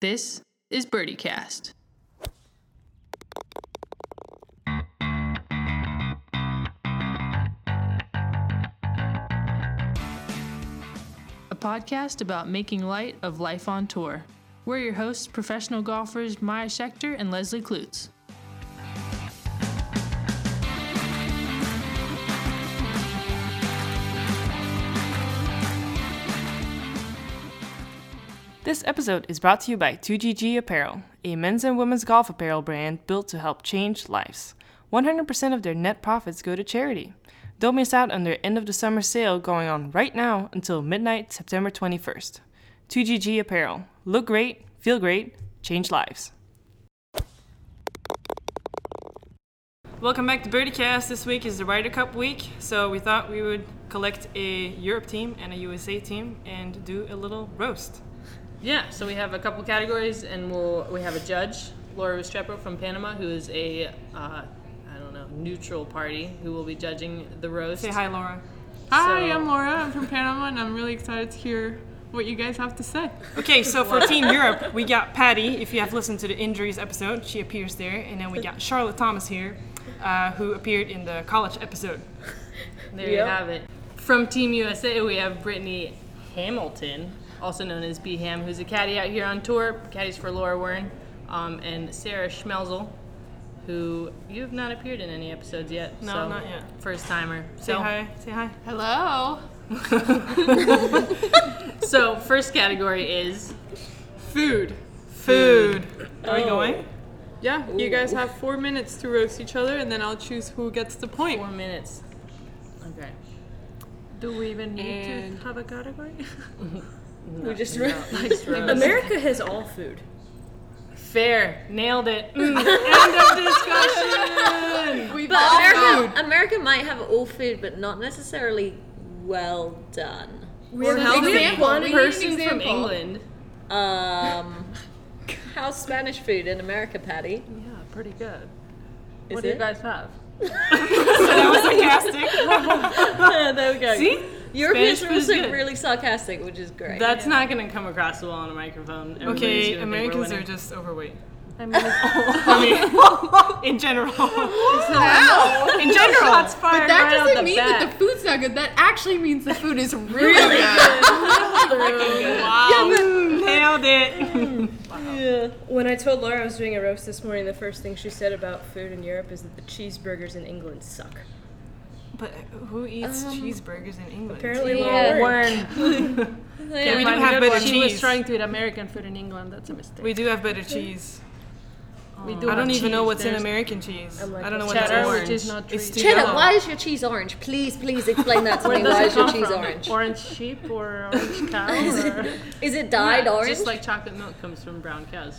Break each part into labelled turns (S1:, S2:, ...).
S1: This is BirdieCast. A podcast about making light of life on tour. We're your hosts, professional golfers Maya Schechter and Leslie Klutz.
S2: This episode is brought to you by 2GG Apparel, a men's and women's golf apparel brand built to help change lives. 100% of their net profits go to charity. Don't miss out on their end of the summer sale going on right now until midnight, September 21st. 2GG Apparel. Look great, feel great, change lives. Welcome back to BirdieCast. This week is the Ryder Cup week, so we thought we would collect a Europe team and a USA team and do a little roast.
S1: Yeah, so we have a couple categories, and we'll we have a judge, Laura Restrepo from Panama, who is a uh, I don't know neutral party who will be judging the roast.
S2: Say hi, Laura.
S3: Hi,
S1: So-
S3: I'm Laura. I'm from Panama, and I'm really excited to hear what you guys have to say.
S2: Okay, so for Team Europe, we got Patty. If you have listened to the injuries episode, she appears there, and then we got Charlotte Thomas here, uh, who appeared in the college episode.
S1: There you have it. From Team USA, we have Brittany Hamilton, also known as B Ham, who's a caddy out here on tour. Caddies for Laura Wern um, and Sarah Schmelzel, who you've not appeared in any episodes yet.
S2: No,
S1: so
S2: not yet.
S1: First timer.
S2: Say
S1: so,
S2: hi. Say hi.
S3: Hello.
S1: so first category is
S3: Food.
S2: Food. Are we going?
S3: Yeah, you guys have four minutes to roast each other, and then I'll choose who gets the point.
S1: four minutes. Okay.
S3: Do we even need to?
S4: have a category?
S5: We just re-
S1: Nice roast.
S5: America has all food.
S1: Fair. Nailed it.
S3: We've
S5: But
S3: all
S5: America, America might have all food, but not necessarily well done.
S1: We have
S3: healthy.
S1: one
S3: We need an
S1: person from
S3: example.
S1: England.
S5: Um, how's Spanish food in America, Patty?
S1: Yeah, pretty good.
S5: Is
S1: what do
S5: it?
S1: you guys have?
S2: That was sarcastic.
S5: there we go.
S2: See?
S5: Europeans
S1: Spanish
S5: are
S1: food is
S5: also
S1: good.
S5: really sarcastic, which is great.
S1: That's not gonna come across well on a microphone. Everybody's
S2: Okay,
S1: gonna think we're
S2: Americans
S1: winning.
S2: are just overweight.
S1: I mean,
S2: I mean, in general. In general. Shots fired.
S3: But that
S1: right out
S3: doesn't
S1: the
S3: mean that
S1: bat.
S3: the food's not good. That actually means the food is really, good.
S2: Nailed it.
S4: Yeah. When I told Laura I was doing a roast this morning, the first thing she said about food in Europe is that the cheeseburgers in England suck.
S2: But who eats cheeseburgers in England?
S4: Apparently,
S5: Yeah.
S4: Laura worked.
S2: we do
S5: Yeah.
S2: have better cheese.
S4: to eat American food in England. That's a mistake.
S2: We do have better cheese.
S4: We
S2: I don't even know what's in American cheese.
S4: I'm like,
S2: I don't know
S4: it's
S2: what that's
S4: cheddar,
S2: orange.
S4: which is not
S2: it's
S4: cheese.
S2: too
S5: Cheddar,
S2: yellow.
S5: why is your cheese orange? Please, please explain that to me. Why is your cheese orange?
S1: Orange sheep or orange cow? or-
S5: Is it dyed orange?
S1: Just like chocolate milk comes from brown cows.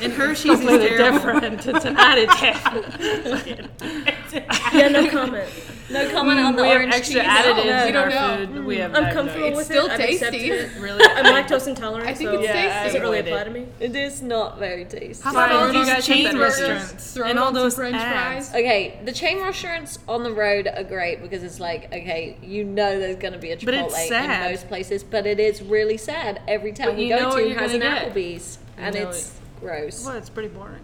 S2: And her cheese is terrible.
S1: Different. It's an additive.
S4: Yeah, no comment.
S5: no comment on the
S1: we have
S5: orange
S1: extra
S5: cheese. Oh,
S1: additives
S3: No, we
S1: in
S3: don't
S1: our
S3: know.
S2: Mm.
S1: food. We have.
S4: I'm
S1: that,
S4: comfortable
S1: like,
S4: with
S3: still
S4: it. I've accepted
S3: tasty.
S4: it, Really, I'm lactose intolerant.
S3: I think
S4: so
S3: it's
S1: Yeah,
S3: tasty.
S4: doesn't really
S1: Avoid it.
S4: apply to me.
S5: It is not very tasty.
S2: How about
S1: Fine.
S2: all
S1: You
S2: these
S1: guys have
S2: chain
S1: better
S2: restaurants
S3: Throw
S2: and
S3: on
S2: all
S3: some
S2: those
S3: French
S2: ads?
S3: fries.
S5: Okay, the chain restaurants on the road are great because it's like, okay, you know there's going to be a
S2: But it's
S5: Chipotle
S2: sad.
S5: in most places, but it is really sad. Every town we
S1: you know
S5: go
S1: what
S5: to
S1: you're
S5: has an
S1: gonna get.
S5: Applebee's, and
S1: know
S5: it's gross.
S4: it's pretty boring.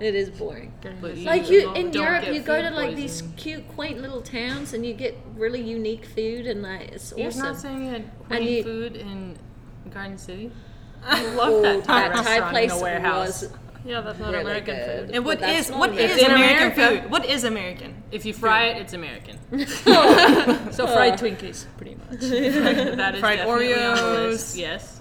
S5: It is boring.
S1: But you
S5: Like you
S1: don't
S5: in
S1: get
S5: Europe, you go
S1: food
S5: to like
S1: poisoning.
S5: these cute, quaint little towns, and you get really unique food, and like it's
S1: You're
S5: awesome.
S1: not saying you had quaint
S5: you-
S1: food in Garden City?
S5: Oh,
S1: Love that Thai
S5: that Thai
S1: restaurant
S5: place
S1: in a warehouse.
S5: was
S1: yeah, that's not
S5: really
S1: American
S5: good.
S1: food.
S2: And what
S5: But that's
S2: is
S5: not
S2: what
S5: American.
S2: is
S1: It's in
S2: American
S1: America.
S2: food? What is American?
S1: If you fry it, it's American. so fried Twinkies, pretty much. that is
S2: Oh. Uh. Fried
S1: definitely on the
S2: Oreos.
S1: list. Yes.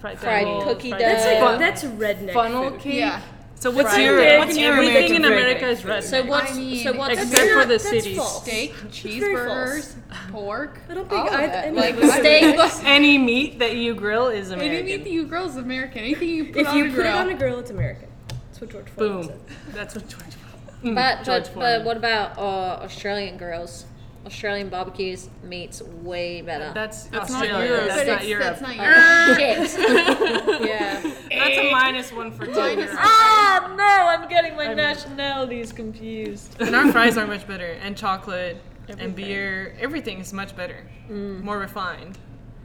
S1: Fried,
S5: Fried
S1: bagels,
S5: cookie
S1: fried-
S5: dough.
S4: That's like
S1: Fun-
S4: that's redneck.
S1: funnel
S4: food.
S1: cake.
S3: Yeah.
S2: So what's
S1: fried
S2: your
S1: egg.
S2: what's your
S1: Everything in
S2: American food?
S1: America is red.
S5: So what's
S3: mean,
S5: so what's
S1: except for the
S4: that's
S1: cities.
S4: false.
S3: Steak,
S5: very
S3: cheeseburgers, pork.
S4: I don't think
S3: all of
S4: I-
S3: it.
S4: I mean,
S3: like
S5: steak.
S2: Any meat that you grill is
S3: Anything
S2: American.
S3: that you grill is American. Anything you put
S4: If
S3: on
S4: you
S3: a
S4: put
S3: grill.
S4: it on a grill, it's American. That's what George Foreman
S1: Boom.
S4: said.
S1: That's what George.
S5: But
S1: George
S5: but,
S1: Foreman.
S5: but what about uh, Australian grills? Australian barbecues meats way better.
S1: That's,
S2: That's not
S1: Australia.
S2: Europe.
S1: That's
S3: But
S1: not
S3: it's-
S1: Europe.
S3: That's not Europe.
S5: Shit.
S3: yeah.
S2: That's a minus one for two.
S3: Minus-
S5: ah no, I'm getting my nationalities confused.
S2: and our fries are much better. And chocolate and beer, everything is much better, more refined.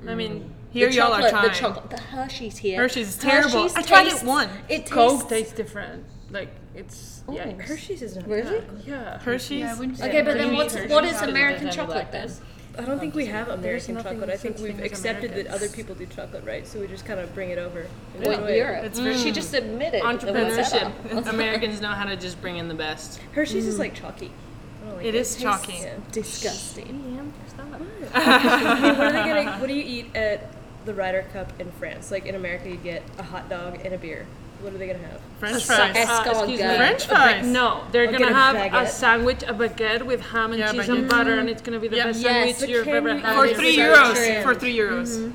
S1: I mean, Here
S5: the
S1: y'all are
S5: chocolate,
S1: trying.
S5: The chocolate, the Hershey's here.
S1: Hershey's is terrible. I tried it
S5: tastes-
S1: once.
S5: It tastes.
S6: Coke tastes different. Like it's yikes.
S4: Hershey's is not.
S5: Where is it?
S6: Yeah.
S1: Hershey's.
S5: Okay, but then what's
S1: Hershey's
S5: what is
S1: chocolate
S5: American
S1: doesn't have
S5: chocolate
S1: black
S5: then?
S4: I don't think we have American
S6: nothing
S4: chocolate. I
S6: such
S4: think
S6: thing
S4: we've
S6: as
S4: accepted that
S6: Americans.
S4: other people do chocolate, right? So we just kind of bring it over. and
S5: Wait,
S4: anyway,
S5: Europe.
S1: It's very-
S5: she just admitted that it was set up.
S1: Entrepreneurship. Americans know how to just bring in the best.
S4: Hershey's is like chalky. I don't like
S1: It is shocking.
S4: Yeah.
S5: Disgusting.
S4: what are they gonna? What do you eat at the Ryder Cup in France? Like in America, you get a hot dog and a beer. What are they gonna have?
S1: French
S5: Sa-
S1: fries.
S5: escargot.
S1: French
S6: A ba-
S1: fries.
S6: no, they're
S4: Or
S6: gonna
S4: get a
S6: have a
S4: baguette.
S6: sandwich, a baguette with ham and
S1: Yeah,
S6: cheese
S1: baguette.
S6: and butter, and it's gonna be the
S1: Yep.
S6: best
S5: Yes,
S6: sandwich
S5: but
S6: you've
S4: can
S6: ever
S4: you-
S6: had.
S1: For
S4: That is
S1: three
S4: so
S1: euros.
S4: true.
S1: For three euros.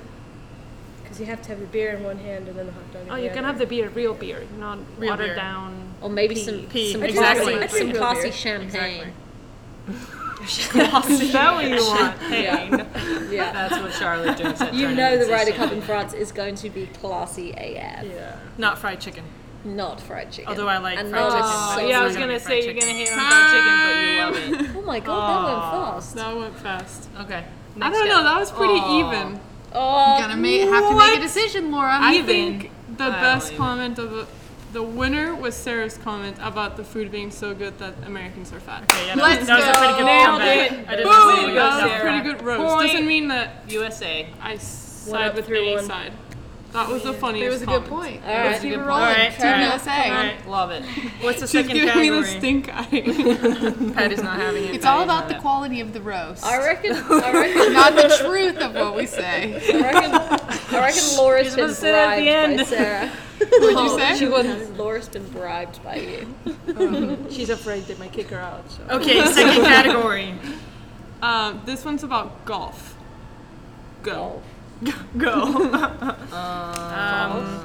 S4: Because you have to have the beer in one hand and then the hot dog. In
S6: Oh,
S4: the
S6: you can
S4: other.
S6: have the beer, real beer, not
S1: Real
S6: watered
S1: beer.
S6: down.
S5: Or maybe
S6: Pea.
S5: some
S1: Pea.
S5: some
S1: Exactly.
S5: classy,
S1: I'd
S4: say
S5: some
S4: real
S5: classy
S4: beer.
S5: champagne.
S1: Is that what you want?
S5: Yeah.
S1: That's what Charlotte drinks at
S5: You know the Ryder
S1: tournaments.
S5: Cup in France is going to be classy AF,
S6: Yeah.
S1: Not fried chicken.
S5: not fried chicken.
S1: Although I like
S5: And
S1: fried
S5: not
S1: chicken.
S5: so-
S1: yeah, I was
S5: Oh
S1: gonna
S7: fried
S1: say you're gonna hate on fried chicken, but you love
S5: my god, that went fast.
S6: That went fast.
S1: it. Okay.
S6: I don't know. That was pretty even.
S5: Oh,
S3: Gonna make, have to make a decision, Laura.
S6: I
S1: Even.
S6: think the
S1: I don't
S6: best
S1: even.
S6: comment of the, the winner was Sarah's comment about the food being so good that Americans are fat.
S1: Okay, yeah, that
S3: Let's
S1: was, that was a pretty good
S3: go.
S1: comeback.
S6: Nailed
S1: I didn't see
S6: Boom!
S1: you
S6: That was a
S1: Sarah.
S6: pretty good roast.
S1: Point.
S6: Doesn't mean that
S1: USA.
S6: I side
S4: up,
S6: with
S4: three,
S6: any
S4: one.
S6: side. That was the funniest.
S3: It was a good point.
S6: comment.
S5: All
S3: Let's
S5: right.
S3: keep it
S1: All
S3: rolling.
S1: right,
S3: Team
S1: all right,
S3: USA.
S1: all right, Love it. What's the
S6: She's
S1: second
S6: giving
S1: category?
S6: me the stink eye.
S1: Patty's not having it.
S3: It's
S1: Patty's not
S3: all about the
S1: having
S3: quality of the roast,
S5: I reckon, I reckon,
S3: not the truth of what we say.
S5: I reckon, I reckon Laura's
S1: You're
S5: been
S1: supposed to say that at the
S5: bribed by
S1: end.
S5: Sarah.
S3: Would you say?
S5: Oh, She wasn't. Laura's been bribed by you.
S6: She's afraid they might kick her out. So.
S1: it. Okay, second category.
S6: Um, this one's about golf. Go.
S1: Go. um,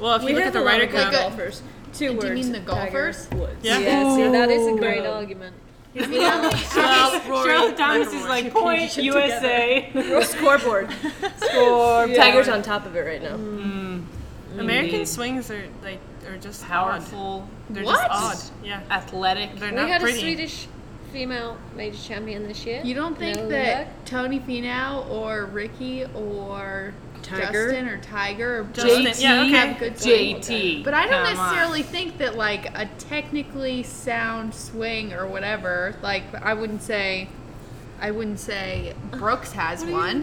S1: well, if you
S4: We
S1: look at
S4: have
S1: the
S4: a lot
S1: Ryder
S4: of good
S1: Cup,
S4: golfers. Two
S3: you
S4: words.
S3: mean the
S4: Tiger
S3: golfers?
S4: Woods.
S1: Yeah.
S5: Yeah, see, that is a great argument.
S1: Charlotte, Charlotte Thomas is like point USA.
S4: Scoreboard.
S1: Score.
S4: Tiger's on top of it right now.
S2: Mm-hmm.
S7: American swings are like are just
S1: Powerful.
S7: They're
S3: What?
S7: just odd. Yeah.
S1: Athletic.
S7: They're
S5: We
S7: not
S5: had
S7: pretty.
S5: a Swedish female major champion this year.
S3: You don't think
S5: No
S3: that
S5: luck.
S3: Tony Finau or Ricky or
S4: Tiger?
S3: Justin or Tiger or
S1: Justin,
S3: Blake
S1: yeah, okay.
S3: have good swing?
S1: JT.
S3: But I don't
S1: come on.
S3: necessarily think that like a technically sound swing or whatever. Like I wouldn't say, I wouldn't say Brooks has one,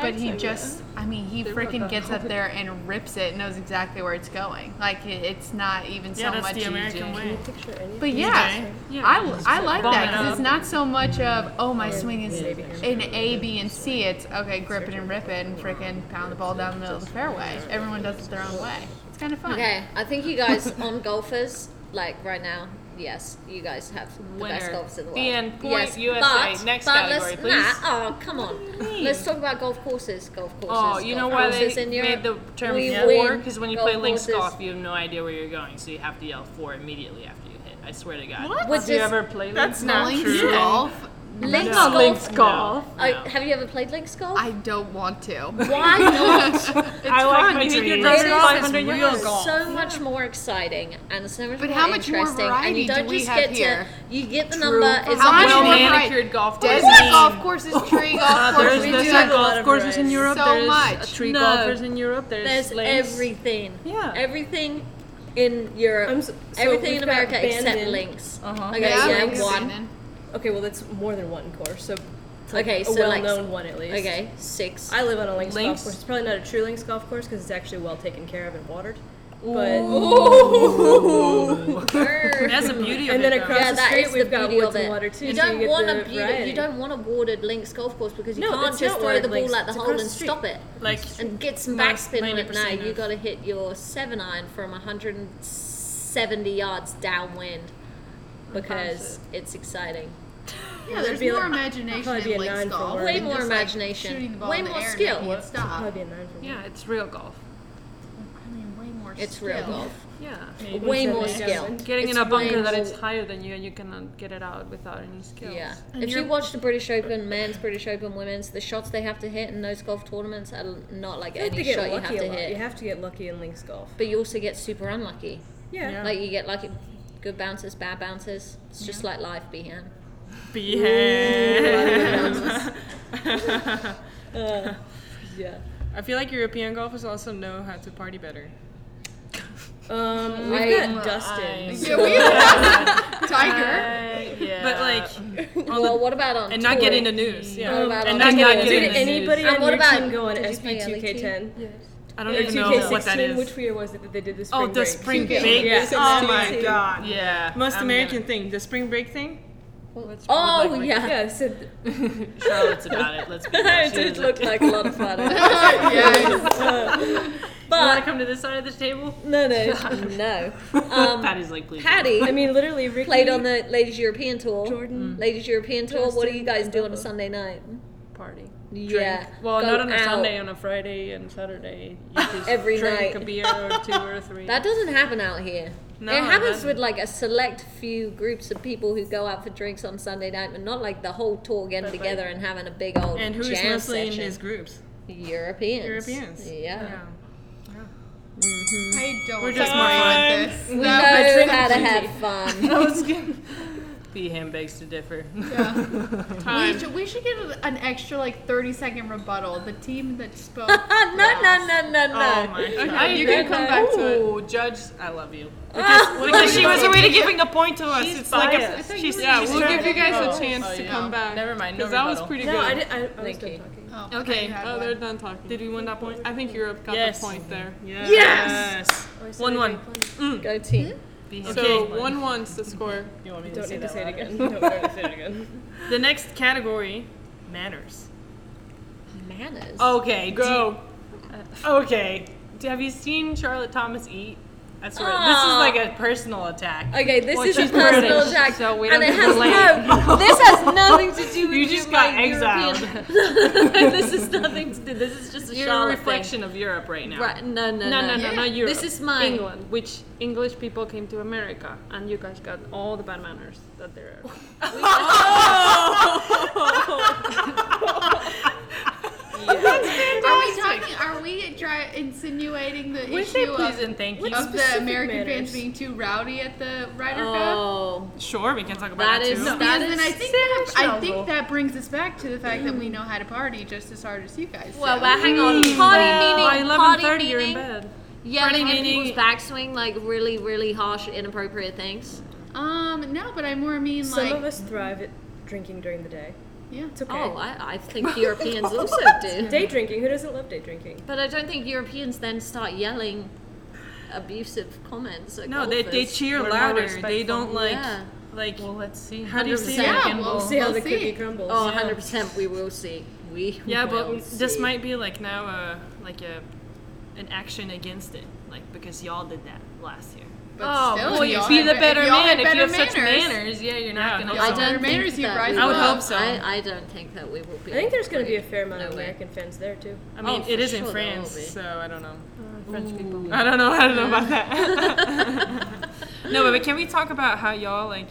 S3: but he just. I mean, he freaking gets up there and rips it, and knows exactly where it's going. Like it, it's not even so
S7: Yeah, that's
S3: much
S7: the
S3: you
S7: American
S3: do-
S7: way.
S4: Picture any.
S3: But yeah, I, I like
S1: Bump
S3: that
S1: it
S3: because
S1: up.
S3: it's not so much of oh my swing is an A B and C. It's okay, grip it and rip it and freaking pound the ball down the middle of the fairway. Everyone does it their own way. It's kind of fun.
S5: Okay, I think you guys on golfers, like right now, yes, you guys have the best
S1: Winner.
S5: golfers in the world.
S1: The end. Point,
S5: yes,
S1: USA.
S5: But,
S1: Next
S5: but
S1: category,
S5: let's,
S1: please.
S5: Nah, oh, come on. Let's talk about golf courses. Golf
S1: Oh,
S5: courses.
S1: you know
S5: golf
S1: why
S5: courses
S1: they
S5: in
S1: made
S5: Europe.
S1: the term
S5: We
S1: four?
S5: win
S1: Because when you
S5: golf
S1: play links
S5: courses.
S1: golf, you have no idea where you're going, so you have to yell four immediately after you hit. I swear to God.
S5: Which
S6: Have you
S5: is-
S6: ever played?
S7: That's not
S3: Links
S7: true.
S3: golf.
S5: links
S1: No.
S5: golf.
S1: Links golf.
S5: I-
S1: No.
S5: have you ever played links golf?
S3: I don't want to.
S5: why not?
S1: I like my
S5: It
S1: dream.
S5: is
S1: yards.
S5: so much more exciting and so much
S3: But
S5: more
S3: how much more
S5: interesting. and
S3: variety
S5: you don't
S3: do we
S5: just
S3: have
S5: get
S3: here?
S5: to you get the number. It's
S3: How
S5: a
S3: much
S1: well
S3: more
S5: well-known-
S1: manicured golf course.
S3: Desert golf courses, tree golf courses. We do have
S6: golf courses in Europe.
S3: So
S6: there's
S3: much.
S6: uh, tree
S3: No.
S6: golfers in Europe. There's,
S5: There's
S6: links.
S5: everything.
S6: Yeah.
S5: Everything in Europe.
S4: I'm s- so
S5: everything in
S4: we've got
S5: America except
S4: Bandon.
S5: links.
S1: Uh-huh.
S5: Okay,
S3: Yeah,
S5: yeah,
S3: links.
S5: one.
S4: Okay, well that's more than one course, so it's like
S5: Okay,
S4: a
S5: so like
S4: well-known one at least.
S5: okay, six.
S4: I live on a links,
S1: Links.
S4: golf course. It's probably not a true links golf course because it's actually well taken care of and watered. But
S1: That's the beauty of
S4: and
S1: it.
S4: then across
S5: yeah,
S4: the
S5: that
S4: street
S5: is the
S4: we've got
S5: beauty
S4: woods
S5: of
S4: and
S5: it.
S4: water too.
S5: you
S4: so
S5: don't
S4: get
S5: want
S4: the
S5: a beauty,
S4: variety.
S5: you don't want a watered links golf course because you
S4: No,
S5: can't
S4: it's
S5: just
S4: not
S5: throw
S4: watered
S5: the ball
S4: links.
S5: at the
S4: It's
S5: hole
S4: across
S5: and
S4: the
S5: stop it.
S1: though. like
S5: and get some backspin on it now.
S1: 90%
S5: You
S1: of-
S5: got to hit your seven iron from 170 yards downwind because it's exciting.
S3: Yeah, there's
S4: be
S3: more
S4: like-
S3: imagination
S4: probably be
S3: in
S4: a
S3: links
S4: nine for
S3: golf.
S4: one.
S3: than
S5: Way more
S3: just, like,
S5: imagination.
S3: shooting the ball
S5: Way
S3: in the
S5: more
S3: air and
S5: skill.
S3: making it stop.
S4: Probably be a nine for me.
S6: Yeah, it's real golf.
S3: I mean, way more.
S5: It's real
S3: skill.
S5: golf.
S6: Yeah.
S5: Way more skill.
S6: Getting
S5: It's
S6: in a bunker
S5: way
S6: that
S5: more-
S6: it's higher than you and you cannot get it out without any skills.
S5: Yeah. if you watch the British Open, men's British Open, women's, the shots they have to hit in those golf tournaments are not like
S4: You have
S5: any
S4: to get
S5: shot you
S4: lucky
S5: have to
S4: a lot. You
S5: hit.
S4: have to get lucky in links golf.
S5: But you also get super unlucky.
S4: Yeah.
S5: Like you get lucky, good bounces, bad bounces. It's just like life, Behan.
S1: behave.
S4: Uh, yeah.
S2: I feel like European golfers also know how to party better.
S4: Um, we've
S5: I-
S4: got Dustin.
S3: Yeah, we have Tiger.
S1: yeah.
S2: But like, on
S5: Well,
S2: the,
S5: what about on
S2: and not
S5: tour?
S2: getting the news. Yeah.
S5: What about
S2: and
S5: on
S2: not
S5: tour?
S2: getting the
S4: Did
S2: news.
S4: anybody
S5: Um,
S4: on
S5: what
S4: your
S5: about-
S4: team go on
S5: did you play
S4: SB 2K10?
S2: I don't
S4: Or
S2: even know
S4: 2K16,
S2: what that is.
S4: which year was it that they did this?
S2: oh, the spring break.
S4: Yeah.
S2: Oh
S4: 16.
S2: my god.
S1: yeah.
S2: Most
S1: I'm
S2: American thing, the spring break thing.
S5: Oh
S1: Like,
S5: yeah.
S4: Yeah, so th-
S1: gonna- Charlotte's about it. Let's be
S5: it
S1: honest. She
S5: did
S1: was
S5: look
S1: like,
S5: like a lot of fun.
S1: Want to
S5: but
S1: come to this side of the table?
S5: no, no, no. Um,
S1: Patty's like, please.
S5: Patty
S4: I mean, literally, Ricky
S5: played on the Ladies European Tour.
S2: Mm.
S4: Jordan,
S5: Ladies European Tour. What do
S4: Justin,
S5: you guys
S4: and
S5: do on a
S4: Bubba.
S5: Sunday night?
S2: Party.
S5: Yeah.
S2: Well,
S5: go
S2: not on a
S5: out.
S2: Sunday, on a Friday and Saturday. You just
S5: Every
S2: drink a
S5: night.
S2: beer or two or three.
S5: That doesn't happen out here.
S2: No,
S5: it happens
S2: that-
S5: with like a select few groups of people who go out for drinks on Sunday night, but not like the whole tour getting together and having a big old
S2: and who's
S5: jam
S2: mostly
S5: session.
S2: in these groups?
S5: Europeans.
S2: Europeans.
S5: Yeah.
S3: I don't.
S2: We're just
S3: agree
S2: more
S3: with this.
S5: We
S3: No, but
S5: know
S3: it's-
S5: how to have fun.
S2: That was good.
S1: B ham begs to differ.
S3: We, should, we should get an extra like 30 second rebuttal. The team that spoke.
S5: Oh, no, no, no, no,
S2: Oh
S5: no.
S2: my god.
S6: Okay, you can come back to it.
S1: Ooh, judge, I love you.
S2: Because she was already giving the point to us.
S1: She's
S2: it's like
S1: biased. I
S2: a, she's,
S6: Yeah,
S2: she's
S6: we'll
S2: trying
S6: give
S2: to-
S6: you guys
S2: Oh.
S6: a chance
S2: Oh,
S6: to
S2: yeah.
S6: come back.
S1: Never mind, no
S6: Because that was
S1: rebuttal.
S6: pretty
S4: No, I,
S6: good.
S4: did, I, I was
S5: Thank
S4: done
S5: you.
S4: talking.
S3: Oh,
S2: Okay.
S3: you had
S2: Oh,
S3: one.
S2: they're done talking.
S1: Did we win that point?
S6: I think Europe got
S1: Yes.
S6: the point there.
S2: Yes.
S4: Yes!
S2: One one.
S5: Go team.
S1: B ham.
S6: So one one's the score.
S1: You want me
S4: Don't need to
S1: that
S4: say it
S1: loud?
S4: again. Don't need to say it again.
S2: The next category, manners.
S5: Manners.
S1: Okay, do you-
S6: Go.
S1: Okay. Do- Have you seen Charlotte Thomas eat? I swear, this is
S5: Aw.
S1: like a personal attack.
S5: Okay, this
S1: Well,
S5: is a
S1: she's
S5: personal
S1: British,
S5: attack,
S1: so we
S5: and
S1: don't
S5: it
S1: get
S5: has
S1: to
S5: no. This has nothing to do with
S1: You just
S5: your,
S1: got
S5: like,
S1: exiled.
S5: European- this is nothing to do. This is just a
S1: You're a
S5: Charlotte
S1: reflection of Europe right now.
S5: Thing. Right? No, no,
S2: No,
S5: no,
S2: no, no, not Europe.
S5: This is mine.
S2: England, which English people came to America, and you guys got all the bad manners that there are.
S3: Are we talking? Are we dry, insinuating the
S1: We say
S3: issue
S2: um,
S1: please
S3: of,
S1: and thank you.
S3: of the
S4: specific
S3: American
S4: manners?
S3: fans being too rowdy at the Ryder Cup?
S5: Oh,
S2: Sure, we can talk about
S5: that
S2: that,
S5: is
S2: too.
S5: that
S3: Because
S5: is.
S3: then I think that, I think that brings us back to the fact that we know how to party just as hard as you guys. do.
S5: well, but hang on. Party
S2: Mm. By
S5: meaning party
S2: 11:30, you're in
S5: meaning
S2: bed.
S5: yelling at
S2: meaning-
S5: people's backswing like really, really harsh, inappropriate things.
S3: um, no, but I more mean
S4: Some of
S3: like
S4: us thrive at drinking during the day.
S3: yeah.
S4: It's okay.
S5: Oh, I, I think Europeans also do.
S4: Day drinking. Who doesn't love day drinking?
S5: But I don't think Europeans then start yelling abusive comments. At
S2: No, they, they
S5: golfers.
S2: cheer
S1: We're more
S2: louder. They
S1: respectful.
S2: don't like
S5: Yeah.
S2: like
S1: Well, let's see.
S2: how do you say
S5: Yeah,
S2: it?
S3: Yeah, we'll,
S4: We'll see how
S3: we'll
S4: the cookie
S3: see.
S4: crumbles.
S5: Oh, 100%. We will see. We
S2: Yeah, but
S5: will
S2: this
S5: see.
S2: might be like now uh, like a an action against it, like because y'all did that last year.
S3: But
S1: Oh,
S3: still,
S1: well,
S3: if
S1: you
S3: y'all
S1: be
S3: had
S1: the
S3: be-
S1: better
S3: if y'all
S1: man
S3: had
S2: if
S3: better
S2: you have such
S3: manners-
S2: manners. Yeah, you're
S1: Yeah,
S2: not gonna.
S3: y'all
S5: I
S3: So
S5: don't
S3: manners,
S5: think
S3: you
S5: that
S3: rise
S5: we
S2: above.
S5: will.
S2: I would hope so.
S5: I, I don't think that we will be.
S4: I think there's going to be a
S5: afraid.
S4: fair amount of
S5: No way.
S4: American fans there too.
S2: I mean,
S5: Oh,
S2: it
S5: for
S2: is in
S5: sure there will
S2: France,
S5: be.
S2: so I don't know.
S1: Uh, French people.
S2: I don't know. I don't know about that. no, but can we talk about how y'all like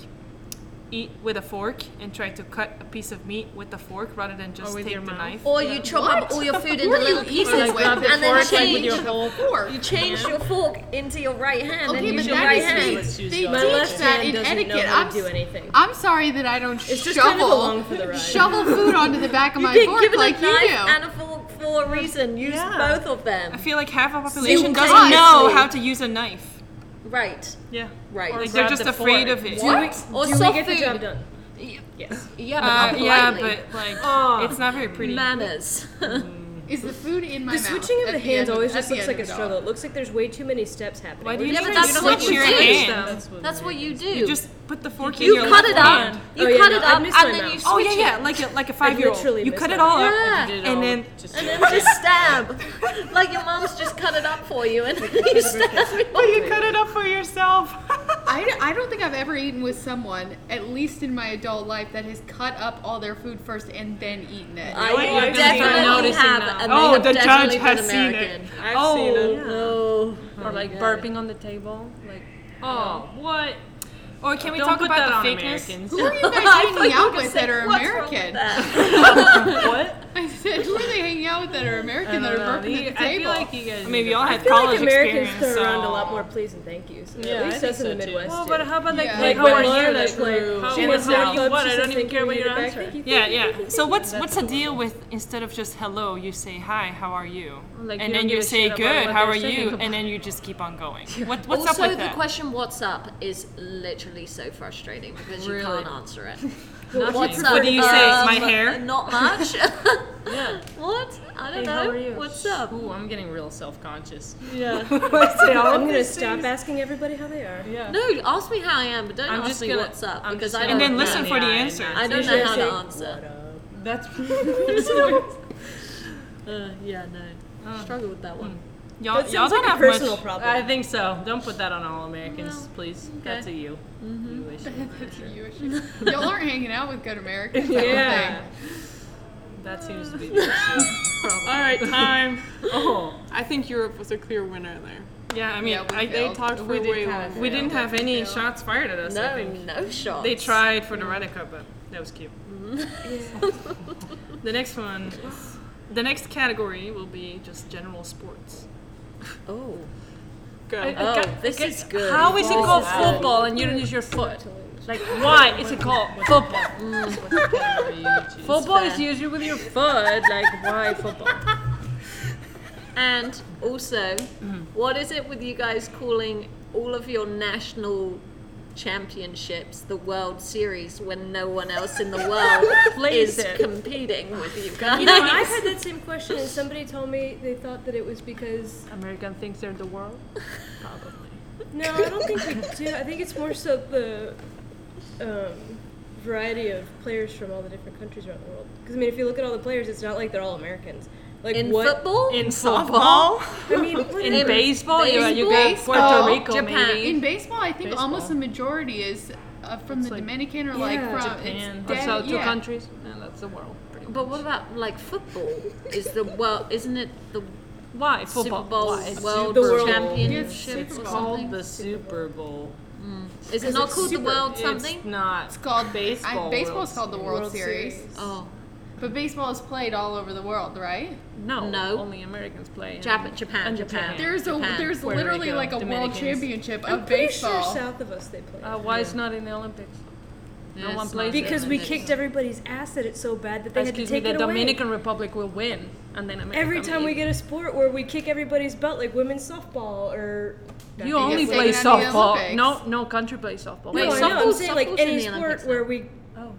S2: eat with a fork and try to cut a piece of meat with the fork rather than just
S1: with
S2: take the
S1: your mouth?
S2: knife?
S5: Or you chop up all your food into
S3: What are you
S5: little
S3: eating
S5: pieces
S3: with? Grab the
S5: and then
S3: fork, like,
S5: change.
S3: with your whole fork.
S5: you change your fork into your right hand and
S3: Okay,
S5: use
S3: but
S5: your
S3: that
S5: right
S3: is
S5: hand.
S3: nice.
S1: she's
S3: They teach
S1: got.
S4: My left
S3: that
S4: hand
S3: in
S4: doesn't
S3: etiquette.
S4: know how
S3: I'm,
S4: to do
S3: s-
S4: anything.
S3: I'm sorry that I don't
S4: It's just
S3: shovel
S4: kind of along for the ride.
S3: shovel food onto the back of my
S5: You
S3: fork
S5: give it
S3: like
S5: a
S3: you
S5: knife
S3: do.
S5: and a fork for a reason. Use
S2: Yeah.
S5: both of
S2: I
S5: them.
S2: feel like half our population doesn't
S3: guys-
S2: know how to use a knife.
S5: Right.
S2: Yeah,
S5: Right.
S2: like they're
S1: grab
S2: just
S1: the
S2: afraid
S1: fork.
S2: of it.
S4: Do we,
S5: What? Or
S4: do we
S5: soft
S4: get the
S5: food.
S4: job done?
S5: Y-
S4: Yes.
S5: Yeah, but
S2: Uh,
S5: not
S2: yeah,
S5: politely.
S2: but like
S1: Oh.
S2: it's not very pretty.
S5: manners.
S3: Is the food in my
S4: The
S3: mouth?
S4: switching of
S3: at
S4: the hands
S3: end of-
S4: always
S3: at
S4: just
S3: the
S4: looks
S3: end
S4: like a
S3: of it all?
S4: struggle. It looks like there's way too many steps happening.
S2: Why do
S4: We're
S2: you,
S5: Yeah,
S2: just-
S5: but
S2: you
S5: that's
S2: don't
S5: what
S2: switch
S5: you
S2: your
S5: do.
S2: hand?
S5: That's what you do.
S2: You just put the fork in
S5: You
S2: your
S5: cut
S2: left
S5: it up.
S2: hand.
S5: You
S4: Oh, yeah,
S5: cut
S4: no,
S5: it
S4: I
S5: up,
S4: missed my
S5: and then you
S4: mouth.
S5: switch
S2: Oh yeah,
S5: it.
S2: yeah, like a, like a five year
S4: literally
S2: old. You
S4: missed
S2: cut
S4: my
S2: it all
S5: mouth.
S2: up,
S5: Yeah.
S2: and then
S5: And then just stab. like your mom's just cut it up for you and you stab it.
S2: But you cut it up for yourself.
S3: I, I don't think I've ever eaten with someone, at least in my adult life, that has cut up all their food first and then eaten it.
S5: I
S2: You're gonna start
S5: definitely
S2: noticing
S5: have.
S2: now.
S5: And they
S2: Oh,
S5: have
S2: the judge
S5: definitely been
S2: has seen it.
S5: American.
S6: I've
S2: Oh.
S6: seen it.
S5: No.
S2: or like
S5: God.
S2: burping on the table. Like,
S1: Oh, what?
S2: or can we
S1: Don't
S2: talk
S1: put
S2: about
S1: that
S2: the
S1: on
S2: fakeness?
S1: Americans.
S3: Who are you guys hanging out with that are American?
S5: That?
S1: what?
S3: I said, who are they hanging out with that are American that are working at the
S2: I feel
S3: table?
S2: like you guys. I mean, we all
S4: I
S2: had
S4: feel
S2: college
S4: like Americans
S2: experience. so.
S4: throw around a lot more please and thank yous.
S1: Yeah,
S4: at
S1: I
S4: least
S1: think
S4: us
S1: so,
S4: in the
S1: too.
S4: Midwest.
S2: Well, but
S4: do.
S2: how about like
S3: Yeah.
S2: like
S4: like
S2: how are
S4: when
S2: you?
S4: Laura
S2: Like,
S4: like, like she
S2: in the
S4: was
S2: South.
S4: club,
S2: What,
S4: she
S2: I
S4: says,
S2: don't even
S4: "Thank
S2: care
S4: you,
S2: what
S4: we
S2: your
S4: need it back,
S2: answer."
S4: thank you, thank
S2: Yeah,
S4: you,
S2: yeah.
S4: thank you,
S2: So
S4: thank
S2: what's
S4: you."
S2: what's the deal with instead of just hello, you say hi, how are you,
S1: Like, you don't
S2: and then
S1: give
S2: you
S1: a
S2: say
S1: shit about
S2: good,
S1: what
S2: how
S1: they're
S2: are
S1: saying
S2: you,
S1: about-
S2: and then you just keep on going. What what's
S5: also,
S2: up with
S5: the
S2: that?
S5: question "What's up?" is literally so frustrating because you
S1: Really?
S5: can't answer it.
S1: Nothing.
S5: What's up?
S2: What do you say?
S5: Um,
S2: My hair?
S5: Not much.
S1: Yeah.
S5: what? I don't
S1: Hey,
S5: know.
S1: how are you?
S5: What's up?
S1: Ooh, I'm getting real self-conscious.
S4: I'm gonna stop asking everybody how they are.
S5: No, ask me how I am, but don't
S1: I'm
S5: ask
S1: just
S5: me
S1: gonna-
S5: what's up
S1: I'm
S5: because
S1: just
S5: I don't.
S1: gonna
S2: and then
S5: know.
S1: look
S2: listen
S1: you
S2: for
S1: in
S2: the
S1: eye and
S2: answer.
S1: not
S5: I don't know how to answer.
S2: That's
S5: Uh, yeah, no. Struggle with that one.
S2: y'all.
S4: That
S2: y'all
S4: sounds
S2: don't
S4: like a
S2: have
S4: personal
S2: much.
S4: problem.
S1: I think so. Don't put that on all Americans, please. That's a you. You wish.
S3: You wish- Y'all aren't hanging out with good Americans. I don't
S1: Yeah.
S3: think.
S1: That seems to be the issue.
S6: All right, time.
S1: Oh,
S6: I think Europe was a clear winner there.
S2: Yeah, I mean,
S3: Yeah, we
S2: I,
S6: They
S3: failed.
S6: talked for
S2: we
S6: way
S2: didn't
S6: longer.
S2: have we didn't have any shots fired at us. I
S5: No,
S2: think.
S5: no shots.
S2: They tried for the Ryder Cup, but that was cute. the next one, is- the next category will be just general sports.
S5: Oh,
S6: Go.
S5: oh, this is good.
S2: How is it called football and you don't use your foot? Like, why is it called football? Football is usually with your foot. Like, why football?
S5: And also,
S2: Mm-hmm.
S5: what is it with you guys calling all of your national championships the World Series when no one else in the world
S1: Plays
S5: is
S1: it.
S5: competing with you guys?
S4: You know, I've had that same question, and somebody told me they thought that it was because
S1: American thinks they're the world. Probably.
S4: no, I don't think we do. I think it's more so the um, variety of players from all the different countries around the world. Because I mean, if you look at all the players, it's not like they're all Americans. Like
S5: in
S4: what?
S5: football,
S2: In softball,
S4: I mean,
S2: in
S4: whatever.
S2: baseball, you- you got
S5: Baseball,
S2: Puerto Rico,
S5: Japan.
S2: maybe.
S3: In baseball, I think almost the majority is uh, from the Dominican or like
S4: yeah,
S3: from
S1: Japan.
S3: It's
S2: Or
S3: dead-
S2: so two
S3: yeah.
S2: countries, and that's the world. Pretty much.
S5: But what about like football? Is the world? Isn't it the
S2: Why football?
S5: Super Bowl
S2: Why?
S5: World
S4: the World
S5: Championship
S1: It's
S5: or
S1: called
S5: something?
S1: the Super Bowl.
S5: Is it not called the World something?
S1: It's not.
S3: It's called
S1: Baseball
S3: baseball. Baseball's
S1: World
S3: called the World, Series.
S5: Oh
S3: but baseball is played all over the world, right?
S2: No,
S5: No.
S2: Only Americans play. in-
S5: Japan, Japan, Japan.
S3: There's a
S5: Japan.
S3: there's
S2: Puerto
S3: literally
S2: Rico,
S3: like a
S2: Dominicans.
S3: world championship
S4: I'm
S3: of
S4: pretty
S3: baseball.
S4: sure south of us they play.
S2: Uh, why it's not in the Olympics?
S5: Yeah,
S2: one
S5: it's
S2: plays
S5: not
S2: it.
S4: because we
S5: Olympics.
S4: kicked everybody's ass at it so bad that they had to
S2: Excuse me,
S4: take
S2: the
S4: it away.
S2: Dominican Republic will win, and then America.
S4: Every time we
S2: maybe.
S4: get a sport where we kick everybody's butt, like women's softball or
S2: you only
S3: gets
S2: play
S3: taken out of the
S2: softball.
S3: Olympics.
S2: No, no country plays softball.
S5: Wait,
S4: no,
S2: But
S4: I
S5: softball-
S4: know, I'm saying like
S5: softball's in
S4: any
S5: the Olympics
S4: sport
S5: now.
S4: where we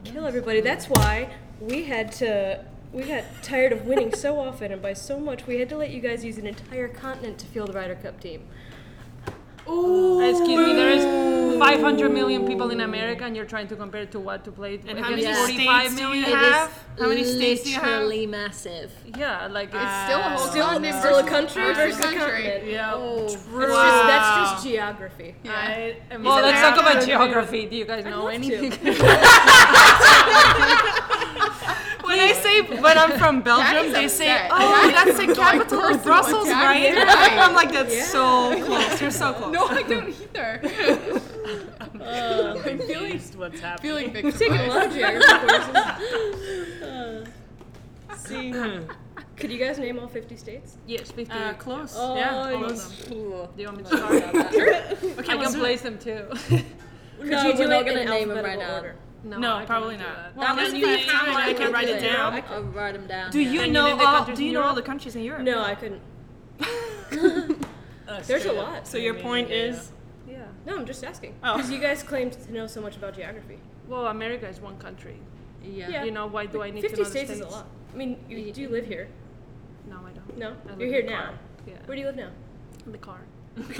S4: kill everybody. That's why we had to. We got tired of winning so often and by so much, we had to let you guys use an entire continent to field the Ryder Cup team.
S2: Excuse me, there is 500 million people in America, and you're trying to compare it to what to play. And
S5: many
S2: Forty-five million.
S5: It is
S2: How many states do you have?
S5: literally massive.
S2: Yeah, like it's
S3: It's still a whole
S4: Still,
S3: continent
S4: still a
S3: versus-
S4: country
S3: versus
S4: versus,
S3: country.
S4: a continent.
S2: yeah.
S4: That's, just, that's just geography.
S3: Yeah.
S2: Well, let's
S3: America
S2: talk about
S3: doesn't
S2: geography. Do you guys know
S4: love
S2: anything? when I say when I'm from Belgium,
S3: is
S2: they say,
S3: upset.
S2: "Oh, that's the capital
S3: person
S2: of Brussels,
S3: attacked
S2: right?"
S3: me. Right.
S2: I'm like, "That's so close. You're so close."
S3: No, I don't either.
S1: I'm confused what's happening.
S3: Feeling big.
S4: Taking a lot of geography courses. See, could you guys name all 50 states?
S2: Yes, 50.
S6: Uh, close.
S2: yeah, all of them.
S5: Cool.
S2: Do you want me to start? okay, I can place them too.
S4: Could
S5: No,
S4: you do
S5: we're not
S4: it in
S5: gonna name 'em right
S4: alphabetical
S5: now.
S4: order?
S2: No, I
S6: probably
S2: cannot do
S6: not.
S2: that. That
S5: was
S2: was the
S5: the
S2: time I can write it down.
S5: I'll write them down.
S2: Do you And know name the all? countries Do in you know Europe? all the countries in Europe?
S4: No, I couldn't. There's a lot.
S6: So your point is
S2: Yeah.
S4: No, I'm just asking.
S6: Oh.
S4: Because you guys claimed to know so much about geography.
S2: Well, America is one country.
S5: Yeah.
S4: Yeah.
S2: You know why do I need
S4: 50
S2: to know the
S4: states, is a lot. I mean, you do live here.
S2: No, I don't.
S4: No?
S2: I live
S4: You're here
S2: in the
S4: now.
S2: car. Yeah.
S4: Where do you live now?
S2: In the car.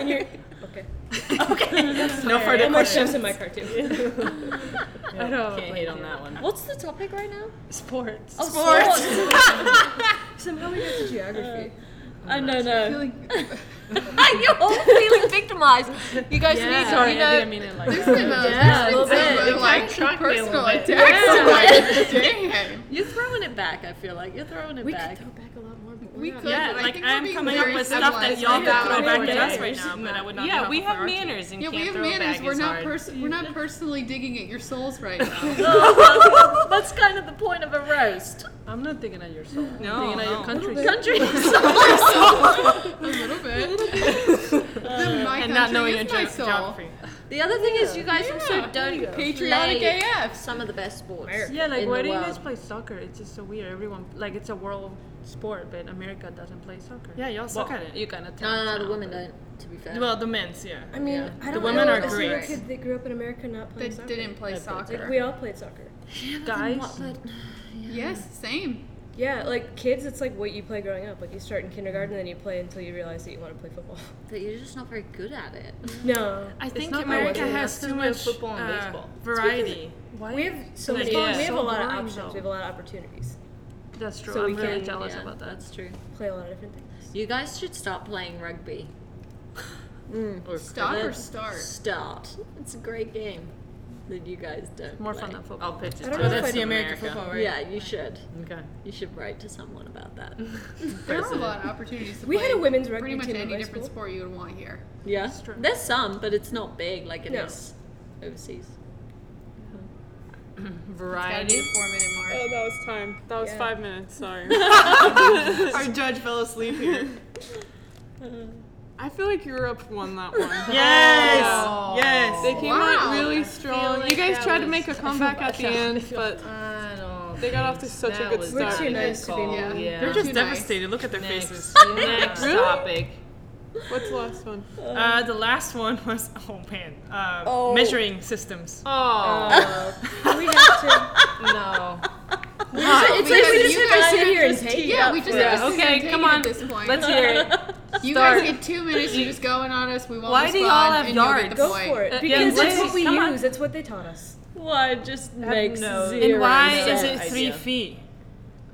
S4: And you're- okay.
S6: no
S4: And
S6: further
S4: my
S6: questions.
S4: chef's in my car too.
S2: I don't
S1: Can't hate on that one.
S5: What's the topic right now?
S2: Sports.
S5: Oh, sports.
S4: Somehow we got to geography.
S5: I don't know.
S3: Feeling-
S5: You're all feeling victimized. You guys need to,
S2: Sorry, I
S5: you know,
S2: didn't mean it like
S3: There's
S2: that.
S3: been those yeah,
S4: little bit.
S3: like
S1: shocked me a
S3: personal
S1: little bit.
S3: attacks. Yeah. Like, dang.
S5: You're throwing it back. I feel like you're throwing it
S4: We could
S5: back.
S4: throw back a lot more, but
S3: We could.
S1: Yeah,
S3: but I
S1: like
S3: think we're
S1: I'm
S3: being
S1: coming up
S3: very
S1: with stuff that
S3: civilized.
S1: y'all
S3: Yeah.
S1: could throw back at
S4: Yeah.
S1: us right now, but I would not. come
S2: Yeah,
S1: up
S2: we
S1: with
S2: have
S1: our own.
S2: manners and
S3: Yeah, we
S2: can't
S3: have
S2: throw it
S3: manners.
S2: back
S3: We're
S2: as
S3: not
S2: hard.
S3: pers- we're not personally digging at your souls right now.
S5: That's kind of the point of a roast.
S1: I'm not thinking at your soul.
S2: No,
S1: I'm thinking at
S2: no.
S1: your country.
S5: Country.
S3: a little bit. Then my
S1: And not
S3: country
S1: knowing your
S3: is my
S1: ge-
S3: soul.
S1: geography.
S5: the other thing is, you guys also don't
S3: Patriotic
S5: play
S3: AF.
S5: some of the best sports.
S2: Yeah, like
S5: in
S2: where
S5: the
S2: do you
S5: world.
S2: guys play soccer? It's just so weird. Everyone like it's a world sport, but America doesn't play soccer.
S1: Yeah, y'all suck
S2: Well,
S1: at it. You kind of tell.
S5: No, no, no, the women don't. To be fair.
S1: Well, the men's, yeah.
S4: I mean, I don't
S1: women
S4: know
S1: are
S4: a single
S1: great.
S4: kid that grew up in America not playing
S3: That
S4: soccer.
S3: didn't play
S4: Like,
S3: soccer.
S4: we all played soccer.
S2: Guys,
S3: Yes, same.
S4: Yeah, like kids, it's like what you play growing up. Like you start in kindergarten, and then you play until you realize that you want to play football.
S5: but you're just not very good at it.
S4: No,
S1: I think
S2: not
S1: America
S2: my
S1: has
S2: idea.
S1: too much
S2: Football and
S1: uh,
S2: baseball.
S1: variety.
S2: why?
S4: we have so
S1: Like,
S4: many.
S1: yeah.
S4: We have a
S2: So
S4: lot of
S2: boring,
S4: options.
S2: though.
S4: We have a lot of opportunities.
S2: That's true.
S4: so
S2: I'm
S4: we
S2: really
S4: can-
S2: jealous
S5: Yeah,
S2: about that.
S5: That's true.
S4: Play a lot of different things.
S5: You guys should start playing rugby.
S3: Stop or
S5: Let's
S3: start.
S5: Start. It's a great game that you guys don't.
S2: More
S5: play.
S2: fun than football.
S1: I'll pitch it.
S4: I don't
S1: to
S4: know
S1: us
S4: if I
S1: in
S4: do
S1: America.
S5: Yeah, you should.
S1: Okay.
S5: You should write to someone about that.
S3: There are a lot of opportunities to
S4: We
S3: play.
S4: had a women's rugby
S3: Pretty much
S4: team in
S3: any
S4: high
S3: different
S4: school.
S3: sport you would want here.
S5: Yeah, there's some, but it's not big like it is
S4: No.
S5: overseas.
S3: Gotta do
S1: Variety.
S3: the four minute mark.
S6: Oh, that was time. That was
S4: Yeah.
S6: five minutes. Sorry.
S2: Our judge fell asleep here.
S6: I feel like Europe won that one.
S1: Yes.
S2: Oh.
S6: They
S1: Yes.
S6: came
S3: Wow.
S6: out really strong.
S1: like
S6: you guys
S1: that
S6: tried to
S1: was-
S6: make a comeback at the end, but
S1: I don't.
S6: they got off to such a
S1: That
S6: good
S1: was
S4: We're
S1: not
S6: start.
S4: too
S1: a good
S4: nice to be
S1: call.
S3: mean.
S1: Yeah.
S3: They're
S2: They're just
S3: Too nice.
S2: devastated. Look at their faces.
S1: Next, next
S6: Really?
S1: topic.
S6: What's the last one?
S2: Uh, the last one was oh man, uh,
S5: Oh.
S2: measuring systems.
S1: Oh
S4: we have to.
S1: no!
S5: It's like we
S3: Because
S5: just
S3: you
S5: have to
S3: guys
S5: sit
S3: have
S5: here and
S4: just
S5: take
S3: Yeah, we just have to sit
S1: okay,
S3: and take
S1: come
S3: it
S1: on.
S3: at this point.
S1: Let's hear it.
S3: you guys get two minutes. You're just going on us. We won't
S2: Why do
S3: respond.
S2: y'all have
S3: and you'll get
S2: yards?
S3: the
S4: Go
S3: point.
S4: for it.
S1: Uh,
S4: Because
S1: yeah,
S4: that's
S1: let's-
S4: what we
S1: come on.
S4: use. That's what they taught us.
S5: Why it just makes
S1: no-
S5: zero
S2: And why is
S5: sense.
S2: it three feet?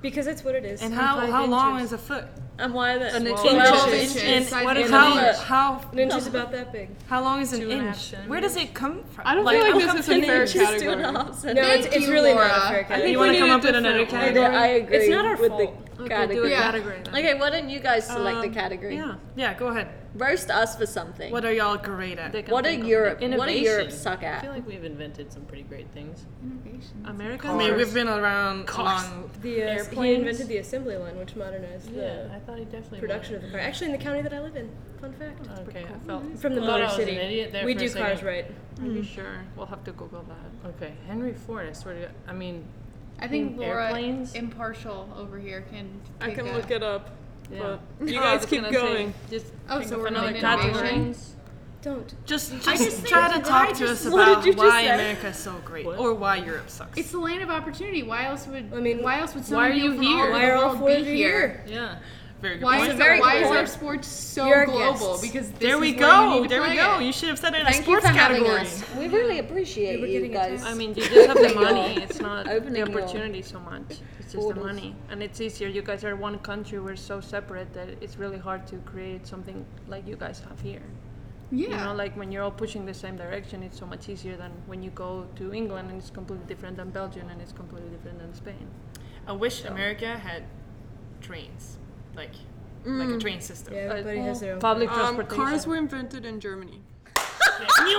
S4: Because that's what it is.
S2: And how how long is a foot?
S5: And why that? And
S3: Twelve
S2: Inches.
S3: inches.
S2: And
S3: Size
S2: what
S3: of
S2: is
S3: an
S2: how
S3: inch.
S2: how
S4: An inch is about that big.
S2: how long is an
S1: and a
S2: inch?
S1: half
S2: Where does it come from?
S6: I don't feel
S2: how
S6: like
S2: come
S6: this is a fair
S5: just two and a
S6: category.
S5: half centimeters.
S4: No, it's, it's
S3: you,
S4: really
S3: Laura.
S4: not a fair
S6: I think
S4: category.
S2: you want
S6: we
S2: to
S6: need
S2: come
S6: a
S2: up with another
S6: different one.
S5: I,
S2: category?
S5: don't- I agree.
S4: It's not our
S5: with
S4: fault.
S5: the
S2: We'll do
S5: category.
S2: a
S3: Yeah.
S2: category. then.
S5: Okay, why don't you guys select the
S2: Um,
S5: category?
S2: Yeah, yeah. Go ahead.
S5: Roast us for something.
S2: What are y'all great at?
S5: What are Europe? What are
S1: Innovation.
S5: Europe suck
S1: I feel
S5: at?
S1: like we've invented some pretty great things.
S2: America. I mean, we've been around long.
S4: The, uh, he
S1: Airplanes.
S4: invented the assembly line, which modernized
S1: I thought he definitely
S4: the production of the car. Actually, in the county that I live in. Fun fact.
S1: Okay, I felt.
S5: Mm-hmm.
S4: From the
S1: Thought I
S4: Motor
S1: was
S4: City.
S1: an idiot there
S4: we
S1: for a
S4: do cars
S1: second.
S4: right.
S2: Are you sure? We'll have to Google that.
S1: Okay, Henry Ford. I swear to God. I mean,
S3: I think
S1: In
S3: Laura,
S1: airplanes?
S3: impartial over here, can.
S6: I
S3: pick
S6: can
S3: a-
S6: look it up.
S1: Yeah.
S6: But you
S2: I
S6: guys
S2: was
S6: keep
S2: gonna say,
S6: going.
S2: Just
S3: Oh, so we're
S1: another
S3: doing
S1: category.
S3: innovation.
S4: Don't.
S2: Just,
S3: just
S2: just
S3: think
S2: try to
S3: why
S2: talk to
S3: just-
S2: us
S3: what did
S2: about
S3: you just
S2: why
S3: say?
S2: America is so great or why Europe sucks.
S3: It's the land of opportunity. Why else would?
S4: I mean,
S3: why else would so
S1: why
S3: many
S1: are you
S3: people from
S1: here?
S3: all
S4: Why
S3: over
S4: are
S3: the
S4: all
S3: world
S4: four
S3: be
S4: of you here?
S1: yeah.
S2: very good.
S3: Why
S2: point.
S3: is,
S4: a very
S3: why
S4: good
S3: is our
S4: point.
S3: sport so
S4: You're
S3: global?
S4: guests.
S3: Because this
S2: there
S3: is
S2: we
S3: where you
S2: go.
S3: need to
S2: There we
S3: play
S2: go.
S3: it.
S2: You should have said it in a
S5: Thank you
S2: sports
S5: for having
S2: category.
S5: us. We really appreciate
S4: were
S5: you
S4: getting
S5: guys.
S4: attacked.
S2: I mean, you just have the
S5: Opening
S2: money.
S5: your-
S2: It's not
S5: opening
S2: the
S5: your
S2: opportunity so much. It's just the
S5: borders.
S2: money, and it's easier. You guys are one country. We're so separate that it's really hard to create something like you guys have here. You know,
S3: Yeah.
S2: like when you're all pushing the same direction, it's so much easier than when you go to England and it's completely different than Belgium and it's completely different than Spain.
S7: I wish America had trains, like like a train system.
S4: Yeah, everybody has their own.
S2: Public
S1: Uh,
S6: Um,
S2: transportation.
S6: cars were invented in Germany.
S1: okay,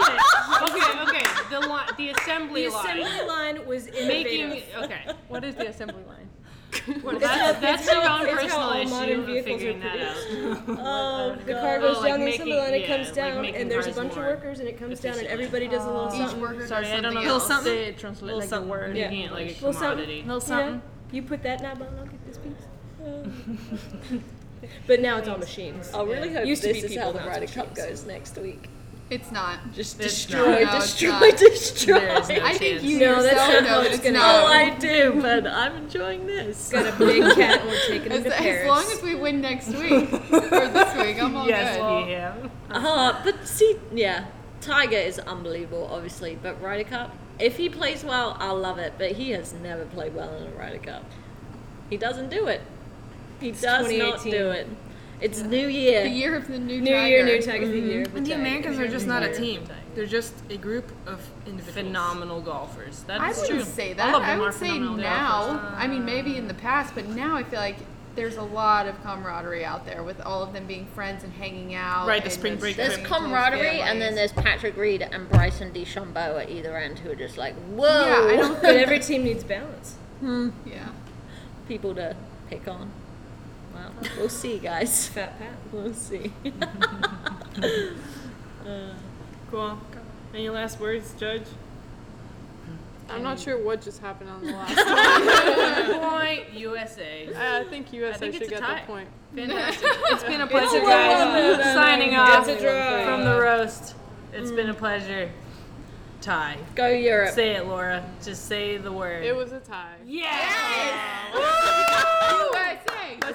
S1: okay. The li- the assembly
S4: The
S1: line.
S4: assembly line was
S1: Making
S4: innovative.
S1: okay.
S2: what is the assembly line?
S1: Well, that's that's your own
S4: it's how
S1: personal
S4: all modern
S1: issue of
S4: vehicles are
S1: figuring that out.
S4: Um, the car goes
S1: Oh, like
S4: down the assembly
S1: making-
S4: line, it
S1: yeah,
S4: comes
S1: like
S4: down,
S1: making
S4: and there's a
S1: cars
S4: bunch of
S1: more
S4: workers, and it comes down, and
S1: efficient. Oh.
S4: everybody does a little
S3: Each
S4: something.
S3: worker
S2: Sorry,
S3: does
S2: I don't
S3: something
S2: know
S3: else.
S2: how to say it, translate like the word.
S1: Making it like a
S4: Well, something-
S1: commodity.
S7: Little
S4: You know,
S7: something.
S4: You put that in that bottle, I'll get this piece. but now it's all machines.
S5: I really hope
S4: Used to
S5: this
S4: be
S5: is
S4: people,
S5: how the
S4: now it's
S5: Ryder Cup goes next week.
S3: It's not.
S5: Just
S3: not.
S5: destroy,
S3: No, it's
S5: destroy,
S3: not.
S5: destroy.
S3: I think you
S4: No, that's
S3: yourself
S4: not
S3: know
S4: how
S3: that
S4: it's
S3: it's
S4: gonna
S3: not.
S5: Oh, I do, but I'm enjoying this.
S4: Got a big cat and we're taking him
S3: As,
S4: to
S3: as
S4: Paris.
S3: long as we win next week or this week, I'm all
S2: Yes,
S3: good.
S2: we have.
S5: Ah, but see, yeah, Tiger is unbelievable, obviously. But Ryder Cup, if he plays well, I'll love it. But he has never played well in a Ryder Cup. He doesn't do it. He does not
S4: 2018.
S5: do it. It's New
S3: the
S5: Year.
S3: year of the new,
S4: New
S3: tiger.
S4: Year, New Tiger's the
S5: Mm-hmm.
S4: year. of the
S7: And the
S4: tiger.
S7: Americans are just not a team. They're just a group of individuals.
S1: Phenomenal golfers. That
S3: I
S1: is
S3: wouldn't
S1: true.
S3: say
S1: All
S3: that.
S1: of
S3: I
S1: them are
S3: would say
S1: phenomenal
S3: now.
S1: golfers.
S3: I mean, maybe in the past, but now I feel like there's a lot of camaraderie out there with all of them being friends and hanging out.
S2: Right, the
S3: and
S2: spring
S3: just-
S2: break
S5: There's
S2: Criminal
S5: camaraderie, and then
S3: families.
S5: there's Patrick Reed and Bryson DeChambeau at either end who are just like,
S3: Yeah, I
S5: whoa,
S3: don't.
S4: But every team needs balance.
S3: Yeah.
S5: people to pick on. Well, we'll see, guys.
S4: Fat Pat.
S5: We'll see.
S2: Cool. Any last words, Judge?
S6: I'm not sure what just happened on the last one.
S1: Point USA.
S6: I think USA
S1: think it's
S6: should
S1: a
S6: get
S1: tie.
S6: the point.
S1: Fantastic. It's been a pleasure, guys. Signing off from the roast. It's been a pleasure. Tie.
S5: Go Europe.
S1: Say it, Laura. Just say the word.
S6: It was a tie.
S3: USA.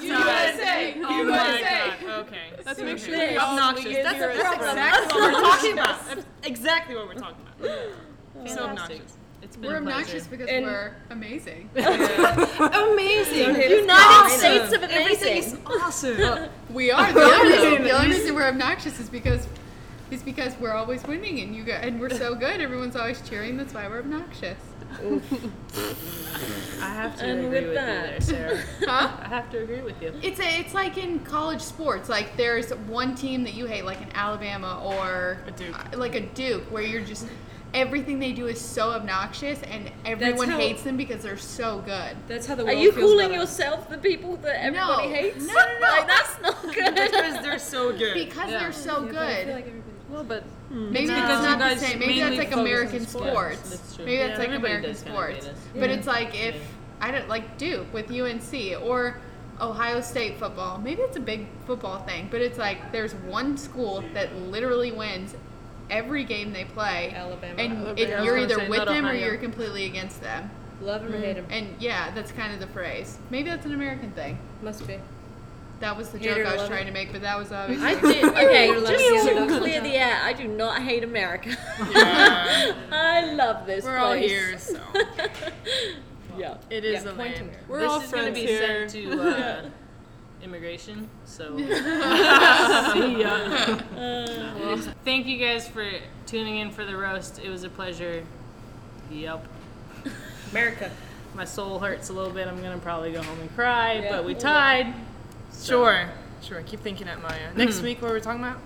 S2: USA! Oh my
S3: USA.
S2: god. Okay.
S6: Let's make sure
S5: They're
S6: we all
S2: obnoxious.
S6: get
S2: That's
S6: your
S2: a problem. That's what we're talking about. That's exactly what we're talking about. So obnoxious.
S1: It's been
S3: We're
S1: a pleasure.
S3: obnoxious because
S4: And-
S3: we're amazing.
S1: Amazing.
S5: United States of
S2: Everything is
S5: Amazing.
S2: awesome.
S3: We are. The only, reason, the only reason we're obnoxious is because is because we're always winning and you go, and we're so good. Everyone's always cheering. That's why we're obnoxious.
S1: I have to
S5: And
S1: agree
S5: with
S1: with,
S5: that-
S1: you there, Sarah.
S3: Huh?
S1: I have to agree with you.
S3: It's a, it's like in college sports. Like there's one team that you hate, like an Alabama or
S2: A Duke.
S3: uh, like a Duke, where you're just everything they do is so obnoxious, and everyone
S4: how-
S3: hates them because they're so good.
S4: That's how the
S5: Are
S4: world
S5: you
S4: feels
S5: calling
S4: about us.
S5: yourself the people that everybody
S3: No.
S5: hates?
S3: No, no, no.
S5: Like, that's not good.
S2: Because they're so good. Hmm.
S3: Because they're so
S4: Yeah, but I feel
S3: good.
S4: like everybody-
S1: Well, but
S3: Maybe
S1: No.
S3: that's
S1: Because
S3: not
S1: you
S3: the
S1: guys
S3: same. Maybe that's
S1: mainly
S3: like
S1: focus on
S3: American
S1: sports.
S3: sports.
S1: That's true.
S3: Maybe
S1: Yeah,
S3: that's like
S1: everybody
S3: American
S1: does kinda hate
S3: sports.
S1: us.
S3: But it's like if I don't like Duke with UNC or Ohio State football. Maybe it's a big football thing, but it's like there's one school that literally wins every game they play.
S4: Alabama.
S3: And
S6: Alabama.
S3: it,
S6: I was
S3: you're
S2: gonna
S3: either
S2: say
S3: with
S2: not
S3: them or
S2: Ohio.
S3: you're completely against them.
S4: Love him or hate him.
S3: And yeah, that's kind of the phrase. Maybe that's an American thing.
S4: Must be.
S3: That was the
S4: Hate or
S3: joke I was
S4: love
S3: trying to make, but that was obviously.
S5: I do. Okay,
S4: You're
S5: just
S4: lucky.
S5: to clear the air, I do not hate America. I love this
S2: We're
S5: place.
S2: all here, so
S5: Yeah.
S2: it is
S4: Yeah,
S2: a
S4: point
S2: land.
S4: to America.
S6: We're
S1: this
S6: all
S1: is gonna
S6: friends
S1: be
S6: here.
S1: sent to uh, immigration. So see ya. Thank you guys for tuning in for the roast. It was a pleasure. Yep.
S4: America.
S1: My soul hurts a little bit. I'm gonna probably go home and cry, but we tied.
S2: Sure. Sure. Keep thinking that, Maya. Next week, what are we talking about?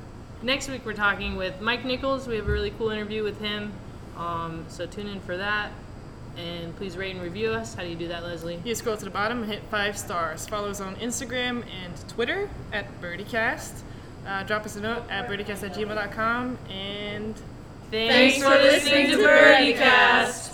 S1: Next week we're talking with Mike Nichols. We have a really cool interview with him. Um, so tune in for that. And please rate and review us. How do you do that, Leslie?
S2: You scroll to the bottom and hit five stars. Follow us on Instagram and Twitter at BirdieCast. Uh, drop us a note at birdiecast at gmail.com. And
S1: Thanks, for listening to Birdie Cast.